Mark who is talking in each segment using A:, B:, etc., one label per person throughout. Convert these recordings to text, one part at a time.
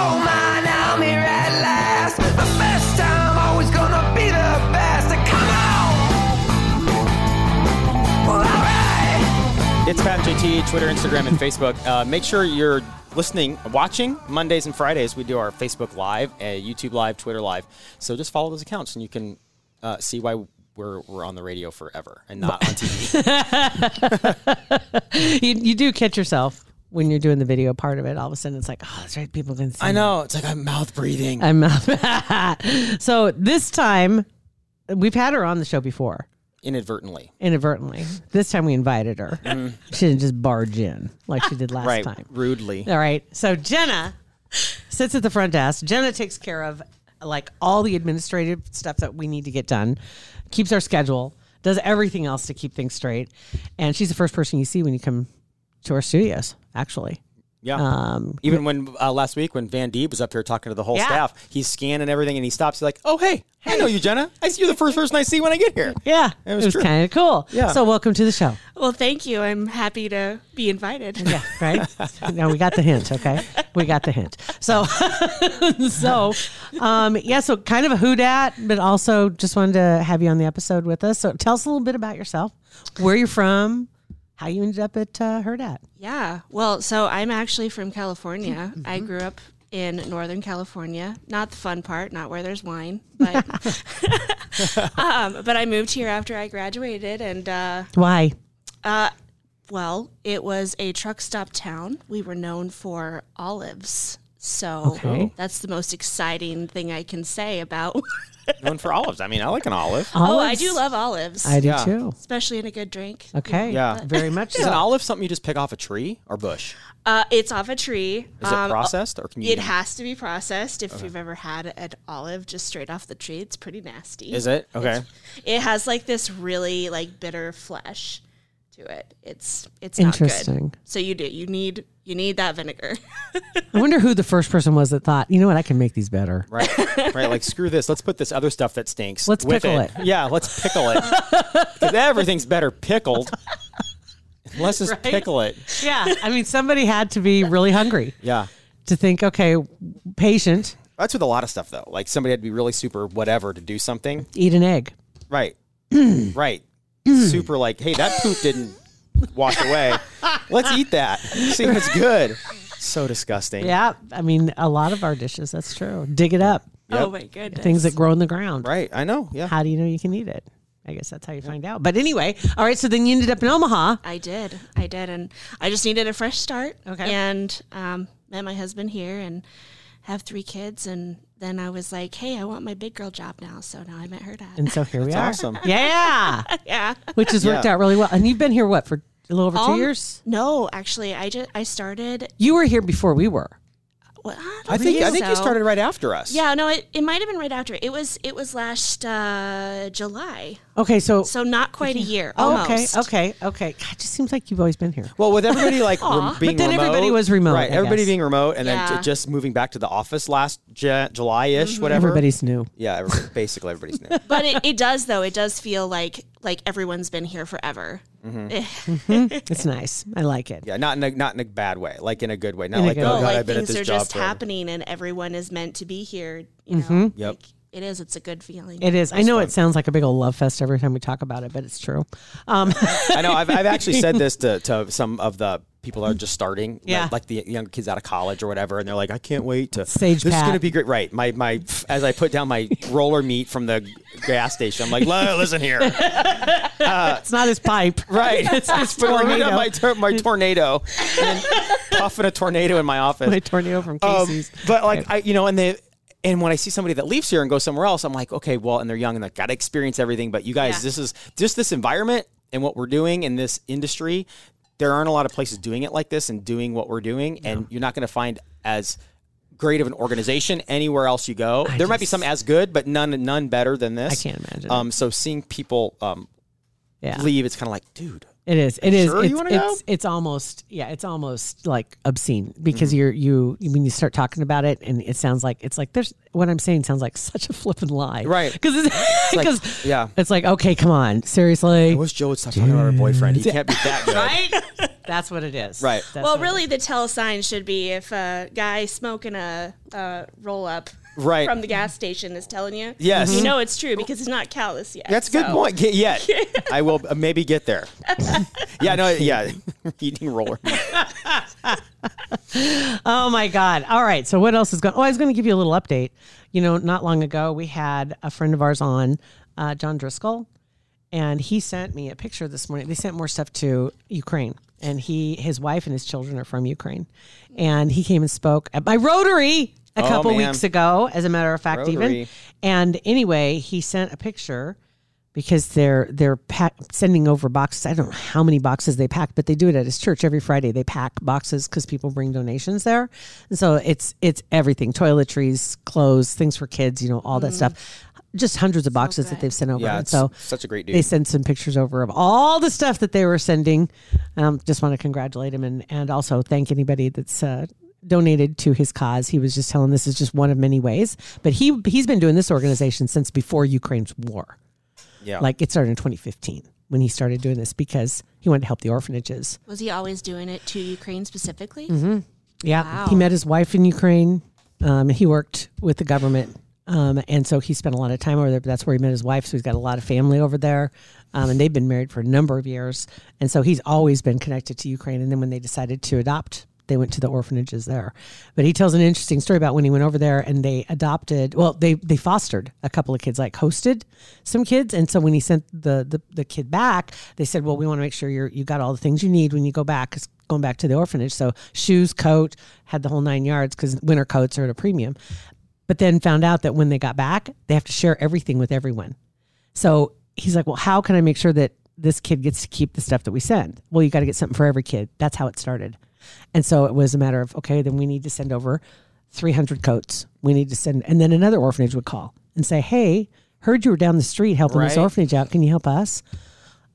A: Oh man, I'm here at last. The best time, always gonna be the best. Come on! Well, alright!
B: It's Pat and JT, Twitter, Instagram, and Facebook. Uh, make sure you're listening, watching Mondays and Fridays. We do our Facebook Live, uh, YouTube Live, Twitter Live. So just follow those accounts, and you can uh, see why we're we're on the radio forever and not on TV.
C: you, you do catch yourself when you're doing the video part of it. All of a sudden, it's like, oh, that's right. People can see.
B: I know it's like I'm mouth breathing.
C: I'm so this time, we've had her on the show before
B: inadvertently.
C: inadvertently. This time, we invited her. She didn't just barge in like she did last
B: Right,
C: time.
B: rudely.
C: All right. So Jenna sits at the front desk. Jenna takes care of like all the administrative stuff that we need to get done, keeps our schedule, does everything else to keep things straight. And she's the first person you see when you come to our studios, actually.
B: Yeah.
C: Um,
B: Even when uh, last week when Van Deeb was up here talking to the whole
C: Yeah.
B: staff, he's scanning everything and he stops. He's like, "Oh hey, I know you, Jenna. I see you're the first person I see when I get here."
C: yeah,
B: It
C: it
B: was
C: was,
B: true.
C: kind of cool.
B: Yeah.
C: So welcome to the show.
D: Well, thank you. I'm happy to be invited.
C: Yeah, right. now we got the hint. Okay, we got the hint. So, so, um, yeah. So kind of a who dat, but also just wanted to have you on the episode with us. So tell us a little bit about yourself, where you're from, how you ended up at uh, her dat.
D: Yeah. Well, so I'm actually from California.
C: Mm-hmm.
D: I grew up in Northern California. Not the fun part, not where there's wine, but um, but I moved here after I graduated, and uh,
C: Why?
D: well, it was a truck stop town. We were known for olives. So
C: Okay.
D: that's the most exciting thing I can say about.
B: Known for olives. I mean, I like an olive.
D: Oh, I
C: Olives.
D: do love olives,
C: I do
B: Yeah.
C: too.
D: especially in a good drink.
C: Okay.
B: Yeah.
C: Uh, Very much.
B: Is an
C: So.
B: olive something you just pick off a tree or bush?
D: Uh, it's off a tree.
C: Oh,
B: Is it
C: Um,
B: processed or can you? eat
D: It has to be processed. If you've ever had an olive just straight off the tree, it's pretty nasty.
B: Is it okay?
D: It has like this really like bitter flesh to it. It's it's Not
C: Interesting.
D: good. So you do you need you need that vinegar.
C: I wonder who the first person was that thought, you know what, I can make these better.
B: Right, right. Like screw this. Let's put this other stuff that stinks.
C: Let's
B: with
C: pickle
B: it. Yeah, let's pickle it. 'Cause everything's better pickled. Let's just pickle it.
C: Yeah. I mean, somebody had to be really hungry
B: Yeah,
C: to think, okay, patient,
B: that's with a lot of stuff though. Like somebody had to be really super whatever to do something.
C: eat an egg.
B: Right, right. super like, hey, that poop didn't wash away. Let's eat that. See if it's good. So disgusting.
C: Yeah, I mean, a lot of our dishes. That's true. Dig it up.
D: Oh my goodness.
C: Things that grow in the ground.
B: Right. I know. Yeah.
C: How do you know you can eat it? I guess that's how you find out. But anyway, all right. So then you ended up in Omaha.
D: I did. I did and I just needed a fresh start.
C: Okay.
D: And um met my husband here and have three kids and then I was like, Hey, I want my big girl job now. So now I met her dad.
C: And so here we are.
B: Awesome.
C: Yeah,
D: yeah.
C: which has worked
B: Yeah.
C: out really well. And you've been here what for a little over two
D: Um,
C: years?
D: No, actually I just I started
C: You were here before we were.
D: well, I, don't
B: I think I think you
D: so.
B: started right after us.
D: Yeah, no, it, it might have been right after. It was it was last uh, July,
C: Okay, so,
D: so not quite a year.
C: oh, okay,
D: Almost.
C: okay, okay. God, it just seems like you've always been here.
B: Well, with everybody like rem- being
C: then
B: remote,
C: everybody was remote,
B: right?
C: I
B: everybody
C: guess.
B: being remote, and then
D: Yeah.
B: ju- just moving back to the office last J- July ish, whatever.
C: Everybody's new.
B: yeah, everybody, basically everybody's new.
D: But it, it does though. It does feel like like everyone's been here forever.
C: It's nice. I like it.
B: Yeah, not in a not in a bad way, like in a good way. Not
C: In a
B: like oh
C: good
D: Oh,
C: way.
B: god,
D: like
B: I've been at
D: things
B: this
D: are
B: job
D: just
B: forever.
D: happening, and everyone is meant to be here. You know,
B: Yep.
D: Like, it is. It's a good feeling.
C: Mm-hmm. It is. I know it sounds like a big old love fest every time we talk about it, but it's true. Um,
B: I know. I've, I've actually said this to, to some of the people that are just starting, like-
C: Yeah.
B: like, the younger kids out of college or whatever, and they're like, I can't wait to
C: Sage
B: This is gonna
C: Pat.
B: be great, right? My my as I put down my roller meat from the gas station, I'm like, "Li- listen here.
C: it's not his pipe.
B: Right.
C: It's his
B: But I made up
C: tornado.
B: my, tor- my tornado and puffing a tornado in my office.
C: My tornado from
B: Um,
C: Casey's.
B: but like I, you know, and they, and when I see somebody that leaves here and goes somewhere else, I'm like, okay, well, and they're young and they got to experience everything. But you guys,
D: Yeah.
B: this is just this environment and what we're doing in this industry there aren't a lot of places doing it like this and doing what we're doing, and you're not going to find as great of an organization anywhere else you go. there might be some as good, but none none better than this.
C: I can't imagine.
B: Um, so seeing people um,
C: Yeah.
B: leave, it's kind of like, dude,
C: It is. It is.
B: sure you
C: it's,
B: wanna
C: it's,
B: go?
C: it's almost yeah. It's almost like obscene
B: Mm-hmm.
C: because you're you when you start talking about it and it sounds like it's like there's what I'm saying sounds like such a flippin' lie.
B: Right.
C: Because it's
B: like,
C: because
B: yeah.
C: It's like okay, come on, seriously.
B: I wish Joe would stop talking about her boyfriend. He can't be that good.
C: right. That's what it is.
B: Right.
C: That's
D: well,
C: what it
D: really, the tell sign should be if a guy smoking a uh, roll up
B: Right.
D: from the gas station is telling you.
B: Yes.
D: You
C: Mm-hmm.
D: know it's true because it's not callous yet.
B: That's a good
D: so-
B: point. Get yet. I will uh, maybe get there. yeah, no, yeah. Eating roller.
C: Oh my God. All right. So what else is going? Oh, I was going to give you a little update. You know, not long ago we had a friend of ours on, uh, John Driscoll, and he sent me a picture this morning. They sent more stuff to Ukraine, and he, his wife, and his children are from Ukraine, and he came and spoke at my Rotary a
B: Oh,
C: couple
B: man.
C: weeks ago, as a matter of fact, even.
B: Rotary.
C: And anyway, he sent a picture because they're they're pack, sending over boxes. I don't know how many boxes they pack, but they do it at his church every Friday. They pack boxes because people bring donations there, and so it's it's everything: toiletries, clothes, things for kids, you know, all that stuff. Just hundreds of boxes that they've sent over.
B: Yeah,
C: And
B: it's
C: so
B: such a great
C: They
B: dude.
C: sent some pictures over of all the stuff that they were sending. Um, just want to congratulate him and and also thank anybody that's. Uh, donated to his cause he was just telling this is just one of many ways but he he's been doing this organization since before ukraine's war
B: Yeah.
C: like it started in 2015 when he started doing this because he wanted to help the orphanages.
D: Was he always doing it to Ukraine specifically?
C: Mm-hmm. Yeah,
D: Wow.
C: he met his wife in Ukraine. Um, he worked with the government, um, and so he spent a lot of time over there. But that's where he met his wife, so he's got a lot of family over there, um, and they've been married for a number of years. And so he's always been connected to Ukraine. And then when they decided to adopt, they went to the orphanages there. But he tells an interesting story about when he went over there and they adopted. Well, they they fostered a couple of kids, like hosted some kids. And so when he sent the the, the kid back, they said, "Well, we want to make sure you're you got all the things you need when you go back." 'cause going back to the orphanage. So shoes, coat, had the whole nine yards because winter coats are at a premium. But then found out that when they got back, they have to share everything with everyone. So he's like, well, how can I make sure that this kid gets to keep the stuff that we send? Well, you got to get something for every kid. That's how it started. And so it was a matter of, okay, then we need to send over 300 coats. We need to send, and then another orphanage would call and say, hey, heard you were down the street helping this
B: Right.
C: orphanage out. Can you help us?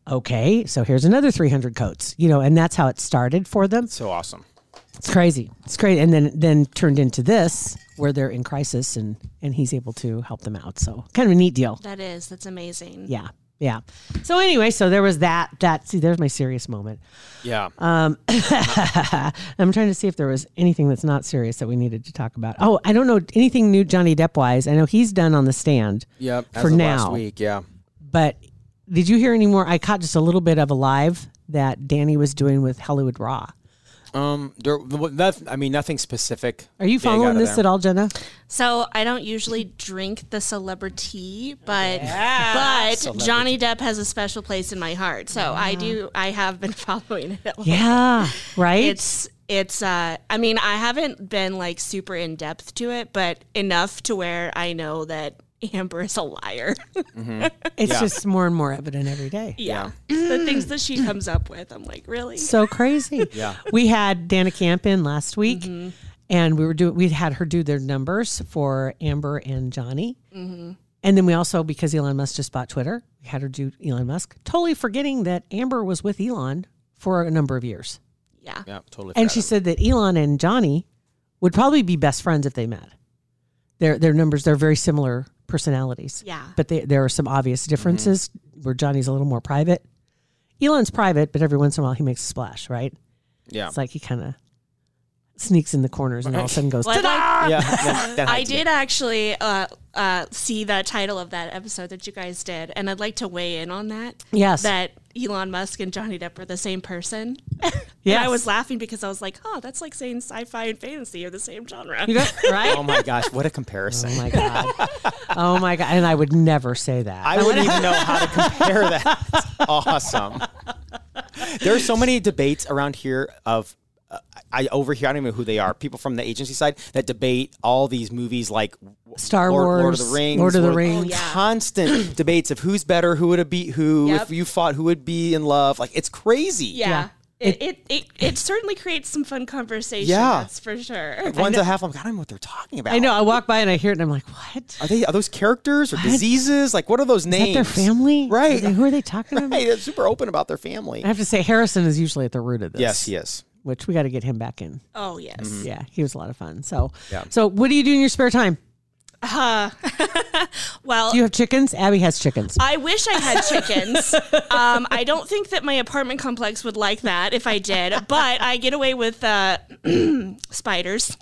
C: Okay, so here's another 300 coats, you know, and that's how it started for them.
B: so awesome.
C: It's crazy. It's crazy. And then then turned into this where they're in crisis and and he's able to help them out. So kind of a neat deal.
D: That is. That's amazing.
C: Yeah. Yeah. So anyway, so there was that that see there's my serious moment.
B: Yeah.
C: Uh, I'm trying to see if there was anything that's not serious that we needed to talk about. Oh, I don't know anything new Johnny Depp wise. I know he's done on the stand.
B: yep. as
C: for
B: of
C: now.
B: Last week, yeah.
C: But did you hear any more? I caught just a little bit of a live that Danny was doing with Hollywood Raw.
B: Um, there, well, noth- I mean, nothing specific.
C: Are you following this at all, Jenna?
D: So I don't usually drink the celebrity, but but Johnny Depp has a special place in my heart. So I do. I have been following it.
C: Yeah. Right?
D: It's it's. Uh, I mean, I haven't been like super in depth to it, but enough to where I know that Amber is a liar.
C: It's just more and more evident every day.
D: yeah,
C: Mm.
D: the things that she comes up with, I'm like, really?
C: So crazy. yeah. We had Dana Camp in last week and we were doing we had her do their numbers for Amber and Johnny. And then we also, because Elon Musk just bought Twitter, we had her do Elon Musk, totally forgetting that Amber was with Elon for a number of years.
D: yeah.
B: Yeah, totally.
C: And
B: forgot
C: she
B: about
C: said that Elon and Johnny would probably be best friends if they met. Their their numbers, they're very similar personalities.
D: Yeah.
C: But they, there are some obvious differences where Johnny's a little more private. Elon's private, but every once in a while he makes a splash, right?
B: it. yeah.
C: It's like he kind of sneaks in the corners and all of a sudden goes,
D: But,
C: "Ta-da!"
D: like,
B: yeah, that- that
D: I
B: had to be-
D: did actually uh, uh, see the title of that episode that you guys did, and I'd like to weigh in on that.
C: Yes.
D: That Elon Musk and Johnny Depp are the same person. Yeah.
C: Yes.
D: I was laughing because I was like, oh, that's like saying sci fi and fantasy are the same genre.
C: right?
B: Oh my gosh, what a comparison!
C: Oh my God. Oh my God. And I would never say that.
B: I wouldn't even know how to compare that. awesome. There are so many debates around here of. Uh, I overhear. I don't even know who they are. People from the agency side that debate all these movies, like
C: Star
B: Lord, Lord of the
C: Wars,
B: Rings,
C: Lord of the Rings.
D: Oh, yeah.
B: Constant debates of who's better, who would have beat who,
D: Yep.
B: if you fought, who would be in love. Like it's crazy.
D: Yeah. It it, it, it certainly creates some fun conversation.
B: Yeah.
D: that's for sure.
B: One's a half. I'm like, I don't know what they're talking about.
C: I know. I walk by and I hear it, and I'm like, what?
B: Are they are those characters or diseases? Like, what are those
C: Is that
B: names?
C: their family?
B: right?
C: Are they- who are they talking about?
B: Right, they're super open about their family.
C: I have to say, Harrison is usually at the root of this.
B: Yes, he is. Mm.
C: Which we got to get him back in.
D: Oh yes.
B: Mm-hmm.
C: Yeah, he was a lot of fun. So,
B: Yeah.
C: so what do you do in your spare time?
D: Well,
C: Do you have chickens? Abby has chickens.
D: I wish I had chickens. um, I don't think that my apartment complex would like that if I did, but I get away with uh, spiders.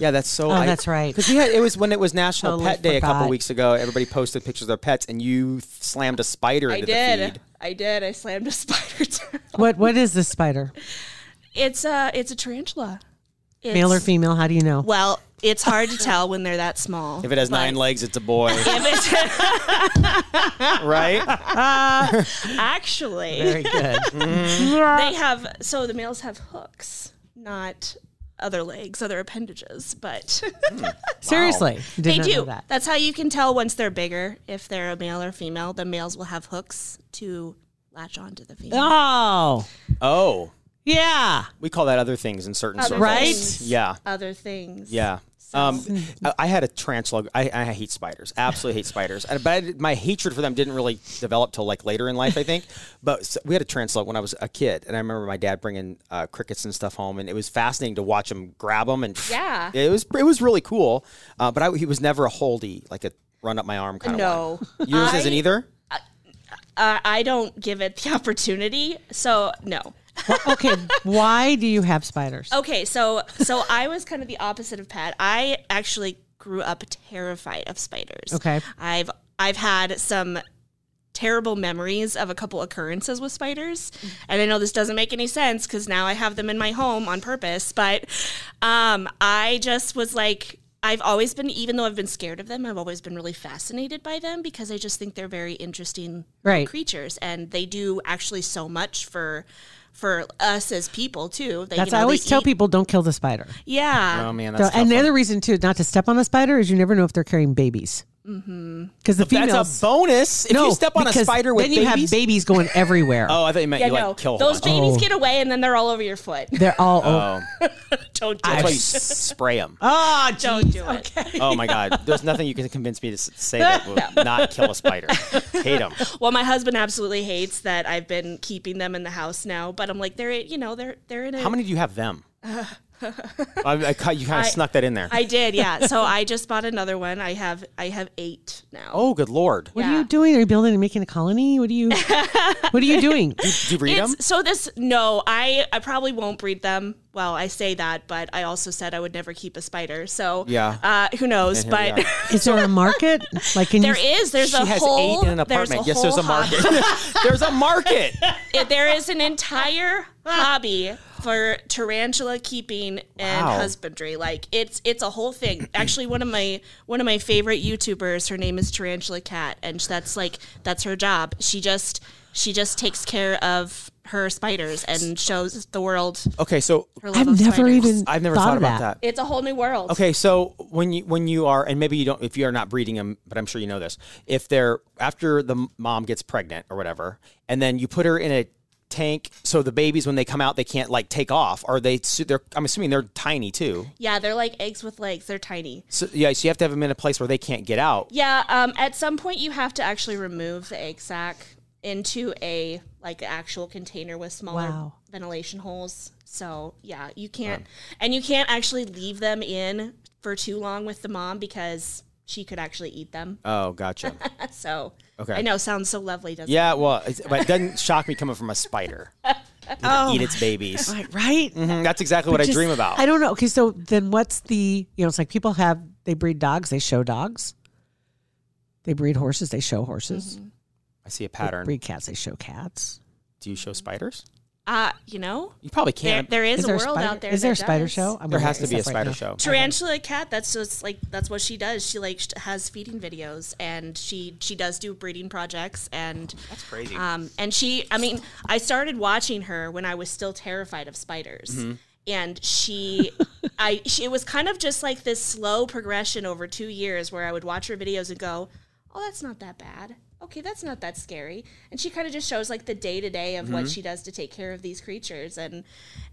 B: Yeah, that's so. Oh,
C: that's right.
B: Because we had it was when it was National
C: Totally
B: Pet Day a couple
C: forgot.
B: weeks ago. Everybody posted pictures of their pets, and you slammed a spider into the feed.
D: I did. I slammed a spider. down.
C: What What is this spider?
D: It's a it's a tarantula. It's,
C: Male or female? How do you know?
D: Well, it's hard to tell when they're that small.
B: If it has
D: but-
B: nine legs, it's a boy,
D: If it-
B: right?
D: actually,
C: Very good.
D: they have so the males have hooks, not other legs, other appendages, but
C: Seriously, did
D: they
C: not
D: do.
C: know that.
D: That's how you can tell once they're bigger if they're a male or female. The males will have hooks to latch onto the female.
C: Oh,
B: Oh,
C: yeah.
B: we call that other things in certain
D: Other
B: circles.
C: Right?
D: things.
B: Yeah.
D: Other things.
B: Yeah. Um, I, I had a tarantula. I, I hate spiders. Absolutely hate spiders. And, but I, did- my hatred for them didn't really develop till like later in life, I think. But s we had a tarantula when I was a kid, and I remember my dad bringing uh, crickets and stuff home, and it was fascinating to watch him grab them. And
D: Yeah.
B: it was it was really cool. Uh, but I, he was never a holdy, like a run up my arm kind of.
D: No.
B: one. yours isn't either.
D: Uh, I don't give it the opportunity, so no.
C: Okay, why do you have spiders?
D: Okay, so so I was kind of the opposite of Pat. I actually grew up terrified of spiders.
C: Okay.
D: I've I've had some terrible memories of a couple occurrences with spiders. And I know this doesn't make any sense cuz now I have them in my home on purpose, but um I just was like I've always been even though I've been scared of them, I've always been really fascinated by them because I just think they're very interesting little
C: Right.
D: creatures and they do actually so much for for us as people too. They,
C: That's
D: you know,
C: I
D: they
C: always tell
D: eat-
C: people don't kill the spider.
D: yeah.
B: Oh man, that's
C: So,
B: tough.
C: and the other reason too, not to step on a spider, is you never know if they're carrying babies.
D: Mm-hmm.
C: Because the females.
B: that's a bonus. If
C: no,
B: you step on a
C: because
B: spider with
C: then you
B: babies.
C: have babies going everywhere.
B: oh, I thought you meant
D: Yeah,
B: you like
D: no.
B: kill
D: Those
B: them.
D: babies
C: Oh.
D: get away and then they're all over your foot.
C: They're all. Oh,
D: Don't do
B: That's why you
D: it.
B: s- spray them.
C: oh
D: Don't do it.
B: Oh my God! There's nothing you can convince me to s- say that will not kill a spider. Hate them.
D: Well, my husband absolutely hates that I've been keeping them in the house now, but I'm like, they're you know they're they're in a.
B: How many do you have them? I, I ca- you kind of snuck that in there.
D: I did, yeah. So I just bought another one. I have I have eight now.
B: oh, good lord!
C: What are you doing? Are you building and making a colony? What are you? what are you doing?
B: Do you breed them?
D: It's, so this no, I I probably won't breed them. Well, I say that, but I also said I would never keep a spider. So
B: Yeah.
D: uh, who knows?
B: And here we
D: But
C: Is there a market? Like, can
D: there
C: you?
D: is there's
B: She
D: a
B: has
D: whole
B: eight in an
D: there's
B: apartment.
D: a
B: yes, there's
D: whole
B: a market. there's a market.
D: it, there is an entire hobby for tarantula keeping and
B: Wow.
D: husbandry. Like it's it's a whole thing. Actually, one of my one of my favorite YouTubers, her name is Tarantula Cat, and that's like that's her job. She just she just takes care of her spiders and shows the world
B: Okay, so
D: her love
C: I've
D: of
C: never
D: spiders.
C: even.
B: I've never thought
C: of
B: about
C: that.
B: that.
D: It's a whole new world.
B: Okay, so when you when you are, and maybe you don't, if you are not breeding them, but I'm sure you know this. If they're after the m- mom gets pregnant or whatever, and then you put her in a tank, so the babies when they come out they can't like take off. Are they? su- They're. I'm assuming they're tiny too.
D: Yeah, they're like eggs with legs. They're tiny.
B: So yeah, so you have to have them in a place where they can't get out.
D: Yeah, um, at some point you have to actually remove the egg sac into a like actual container with smaller
C: Wow.
D: ventilation holes. So yeah, you can't and you can't actually leave them in for too long with the mom because she could actually eat them.
B: Oh, gotcha.
D: So
B: Okay.
D: I know sounds so lovely, doesn't it?
B: yeah, well, it's, but it doesn't shock me coming from a spider. Oh. Eat its babies.
C: Right, right?
B: Mhm, That's exactly what I
C: Just-
B: dream about.
C: I don't know. Okay, so then what's the? You know, it's like people have they breed dogs, they show dogs. They breed horses, they show horses.
B: Mm-hmm. I see a
C: They
B: pattern.
C: breed cats, they show cats.
B: Do you show spiders?
D: Uh, you know?
B: You probably
D: There,
B: can't.
D: there is, a
C: there
D: world
C: spider,
D: out there.
C: Is there a
D: that
C: spider
D: does.
C: show? I'm
B: there
C: gonna
B: has to
C: look
B: be a
C: this up right
B: spider
C: now.
B: show.
D: Tarantula cat. That's just like that's what she does. She like sh- has feeding videos, and she she does do breeding projects, and that's
B: crazy.
D: Um, and she, I mean, I started watching her when I was still terrified of spiders, and she, I, she, it was kind of just like this slow progression over two years where I would watch her videos and go, oh, that's not that bad. okay, that's not that scary. And she kind of just shows like the day to day of what she does to take care of these creatures. And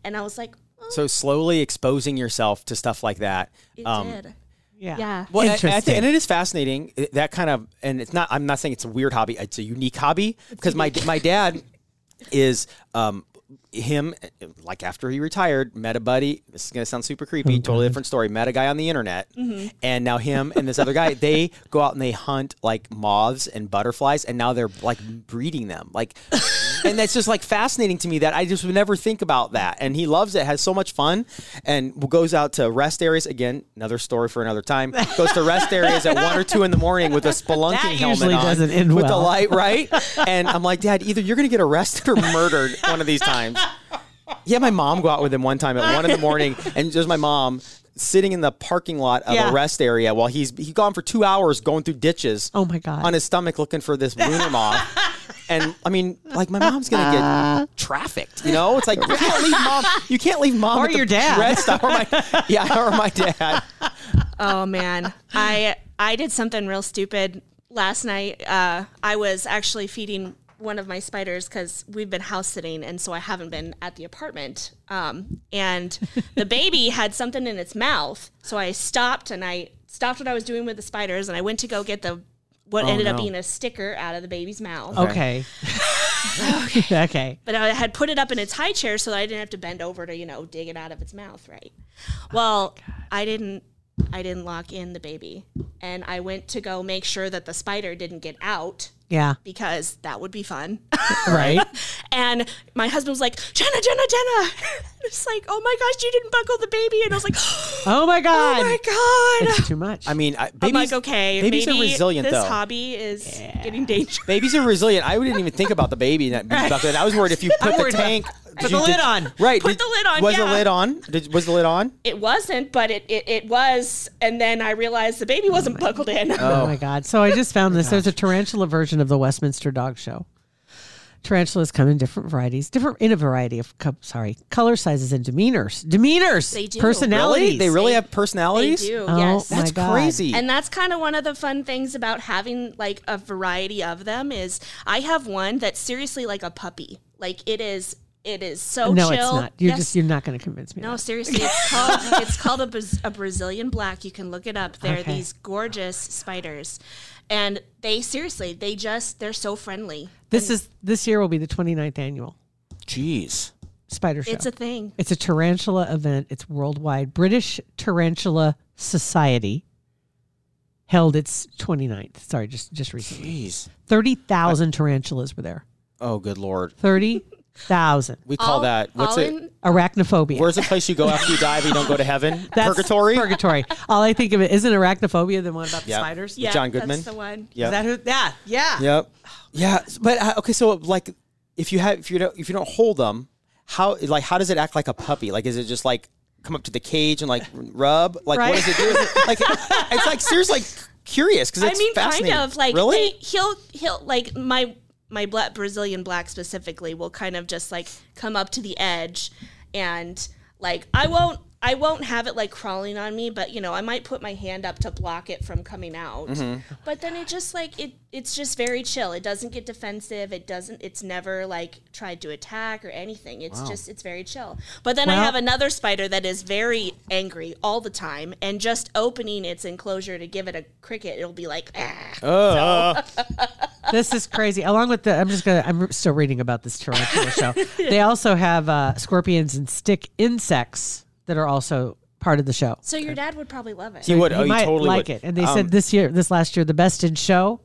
D: and I was like, oh,
B: So slowly exposing yourself to stuff like that.
D: it
B: Um,
D: did.
C: Yeah.
D: Yeah.
B: Well, and- And, I
C: Interesting.
B: think- and it is fascinating i- that kind of, and it's not. I'm not saying it's a weird hobby. It's a unique hobby because my my dad is um him like after he retired met a buddy. This is gonna sound super creepy.
C: Mm-hmm.
B: totally different story. Met a guy on the internet, and now him and this other guy they go out and they hunt like moths and butterflies, and now they're like breeding them. Like, and that's just like fascinating to me that I just would never think about that. And he loves it, has so much fun, and goes out to rest areas. Again, another story for another time. Goes to rest areas at one or two in the morning with a spelunking helmet
C: usually
B: on,
C: doesn't end
B: with a
C: well.
B: light, right? And I'm like, Dad, either you're gonna get arrested or murdered one of these times. Yeah, my mom go out with him one time at one in the morning, and there's my mom sitting in the parking lot of
C: Yeah.
B: a rest area while he's he gone for two hours going through ditches.
C: Oh my God.
B: On his stomach looking for this lunar moth. And I mean, like my mom's
C: Uh.
B: gonna get trafficked. You know, it's like you can't leave mom. You can't leave mom
C: Or
B: at the
C: your dad.
B: rest- or my yeah, or my dad.
D: Oh man, I I did something real stupid last night. Uh, I was actually feeding one of my spiders because we've been house sitting, and so I haven't been at the apartment. Um, and the baby had something in its mouth, so I stopped and I stopped what I was doing with the spiders, and I went to go get the what ended up
B: no.
D: being a sticker out of the baby's mouth.
C: Okay. okay. okay.
D: But I had put it up in its high chair so that I didn't have to bend over to, you know, dig it out of its mouth, right?
B: Oh
D: Well, I didn't I didn't lock in the baby. And I went to go make sure that the spider didn't get out
C: Yeah.
D: because that would be fun.
C: Right.
D: and my husband was like, Jenna, Jenna, Jenna. it's like, oh my gosh, you didn't buckle the baby. And I was like, oh
C: Oh my God.
D: my God.
C: It's too much.
B: I mean, I, babies,
D: I'm like, okay,
B: babies
D: maybe
B: are resilient
D: this
B: though.
D: hobby is getting dangerous.
B: Babies are resilient. I wouldn't even think about the baby that being stuck there. I was worried if you put the
C: worried.
B: tank,
C: Put
B: did you-
C: the lid
B: did-
C: on.
B: Right,
D: Put
B: did-
D: the lid on,
B: Was the
D: yeah.
B: lid on? Did, was the lid on?
D: It wasn't, but it, it, it was. And then I realized the baby wasn't buckled in.
C: Oh my God. So I just found this. There's a tarantula version of the Westminster Dog Show. Tarantulas come in different varieties, different in a variety of co- sorry color sizes and demeanors. Demeanors,
D: They do.
C: personalities.
B: Really? They really
D: They-
B: have personalities?
D: They do,
C: Oh
D: yes.
C: my
B: That's
C: God.
B: crazy.
D: and that's kind of one of the fun things about having like a variety of them is I have one that's seriously like a puppy. Like it is, it is so
C: no,
D: chill.
C: it's not. You're
D: Yes.
C: just you're not going to convince me.
D: No,
C: of that.
D: seriously, it's called it's called a, Braz- a Brazilian black. You can look it up. They're
C: Okay.
D: these gorgeous spiders, and they seriously they just they're so friendly.
C: This is this year will be the 29th annual
B: Jeez.
C: spider show.
D: It's a thing.
C: It's a tarantula event. It's worldwide. British Tarantula Society held its 29th. Sorry, just just recently.
B: Jeez.
C: 30,000
D: Uh,
C: tarantulas were there.
B: Oh, good lord.
C: 30,000.
B: We call
D: All-
B: that, what's
D: all
B: it?
D: in-
C: Arachnophobia.
B: Where's the place you go after you die but you don't go to heaven?
C: That's-
B: Purgatory?
C: Purgatory. All I think of it isn't arachnophobia the one about the
B: Yep.
C: spiders.
D: yeah,
B: John Goodman?
D: That's the one.
C: Is that who? Yeah. Yeah.
B: Yep. Yeah, but uh, okay. So like, if you have if you don't if you don't hold them, how like how does it act like a puppy? Like, is it just like come up to the cage and like rub? Like,
C: Right.
B: what does it do? Is it, like, it's like seriously like, curious because
D: I
B: it's
D: mean, kind
B: fascinating.
D: of like
B: really.
D: they- he'll he'll like my my bla Brazilian black specifically will kind of just like come up to the edge, and like I won't I won't have it like crawling on me, but you know I might put my hand up to block it from coming out.
B: Mm-hmm.
D: But then it just like it it's just very chill. It doesn't get defensive. It doesn't. It's never like tried to attack or anything. It's just it's very chill. But then
C: Well-
D: I have another spider that is very angry all the time, and just opening its enclosure to give it a cricket, it'll be like, ah.
C: This is crazy. Along with the, I'm just going to, I'm still reading about this tarantula show. They also have uh, scorpions and stick insects that are also part of the show.
D: So your dad would probably love it.
B: you would.
C: He
B: oh, you
C: might
B: totally
C: like
B: would. Um,
C: it. And they said this year, this last year, the best in show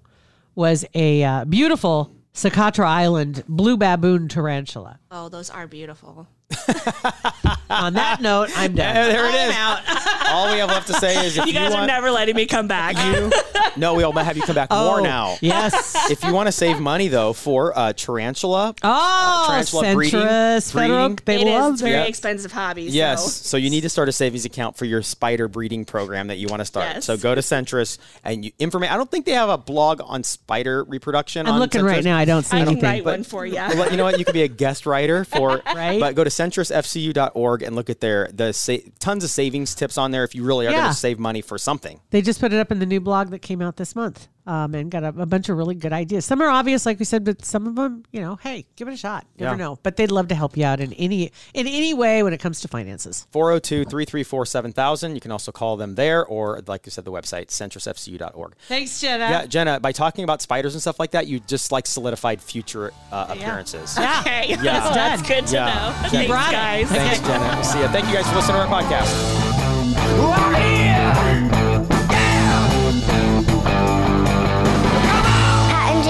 C: was a uh, beautiful Socotra Island blue baboon tarantula.
D: Oh, those are beautiful.
C: On that note, I'm done.
B: there it is. All we have left to say is if you, want,
D: letting me come back.
B: no, we'll have you come back
C: Oh.
B: more now.
C: Yes.
B: If you want to save money though for uh, tarantula,
C: Oh,
B: tarantula breeding-
C: Centris,
B: Uh, breeding.
C: Federal, they
D: it
C: love
D: is very
C: their-
D: expensive hobby. so-
B: Yes. So you need to start a savings account for your spider breeding program that you want to start.
D: Yes.
B: So go to Centris and you information. I don't think they have a blog on spider reproduction.
C: I'm
B: on
C: looking right
B: Centris.
C: now. I don't see
D: I can
C: anything.
D: write
B: but-
D: one for you.
B: Well, you know what? You could be a guest writer for.
C: Right.
B: But go to centrisfcu.org and look at their the sa- tons of savings tips on there if you really are
C: Yeah.
B: going to save money for something.
C: They just put it up in the new blog that came out out this month um, and got a, a bunch of really good ideas. Some are obvious, like we said, but some of them, you know, hey, give it a shot. Never
B: Yeah.
C: know. But they'd love to help you out in any in any way when it comes to finances.
B: 402 334 7000. You can also call them there or, like you said, the website, centrisfcu.org.
C: Thanks, Jenna.
B: Yeah, Jenna, by talking about spiders and stuff like that, you just like solidified future uh, appearances.
D: Okay.
B: Yeah.
D: That's
C: done.
D: good to
B: Yeah.
D: know.
B: You
D: Thanks,
C: brought it.
D: guys.
B: Thanks, Jenna. We'll see you. Thank you guys for listening to our podcast.
E: Pat and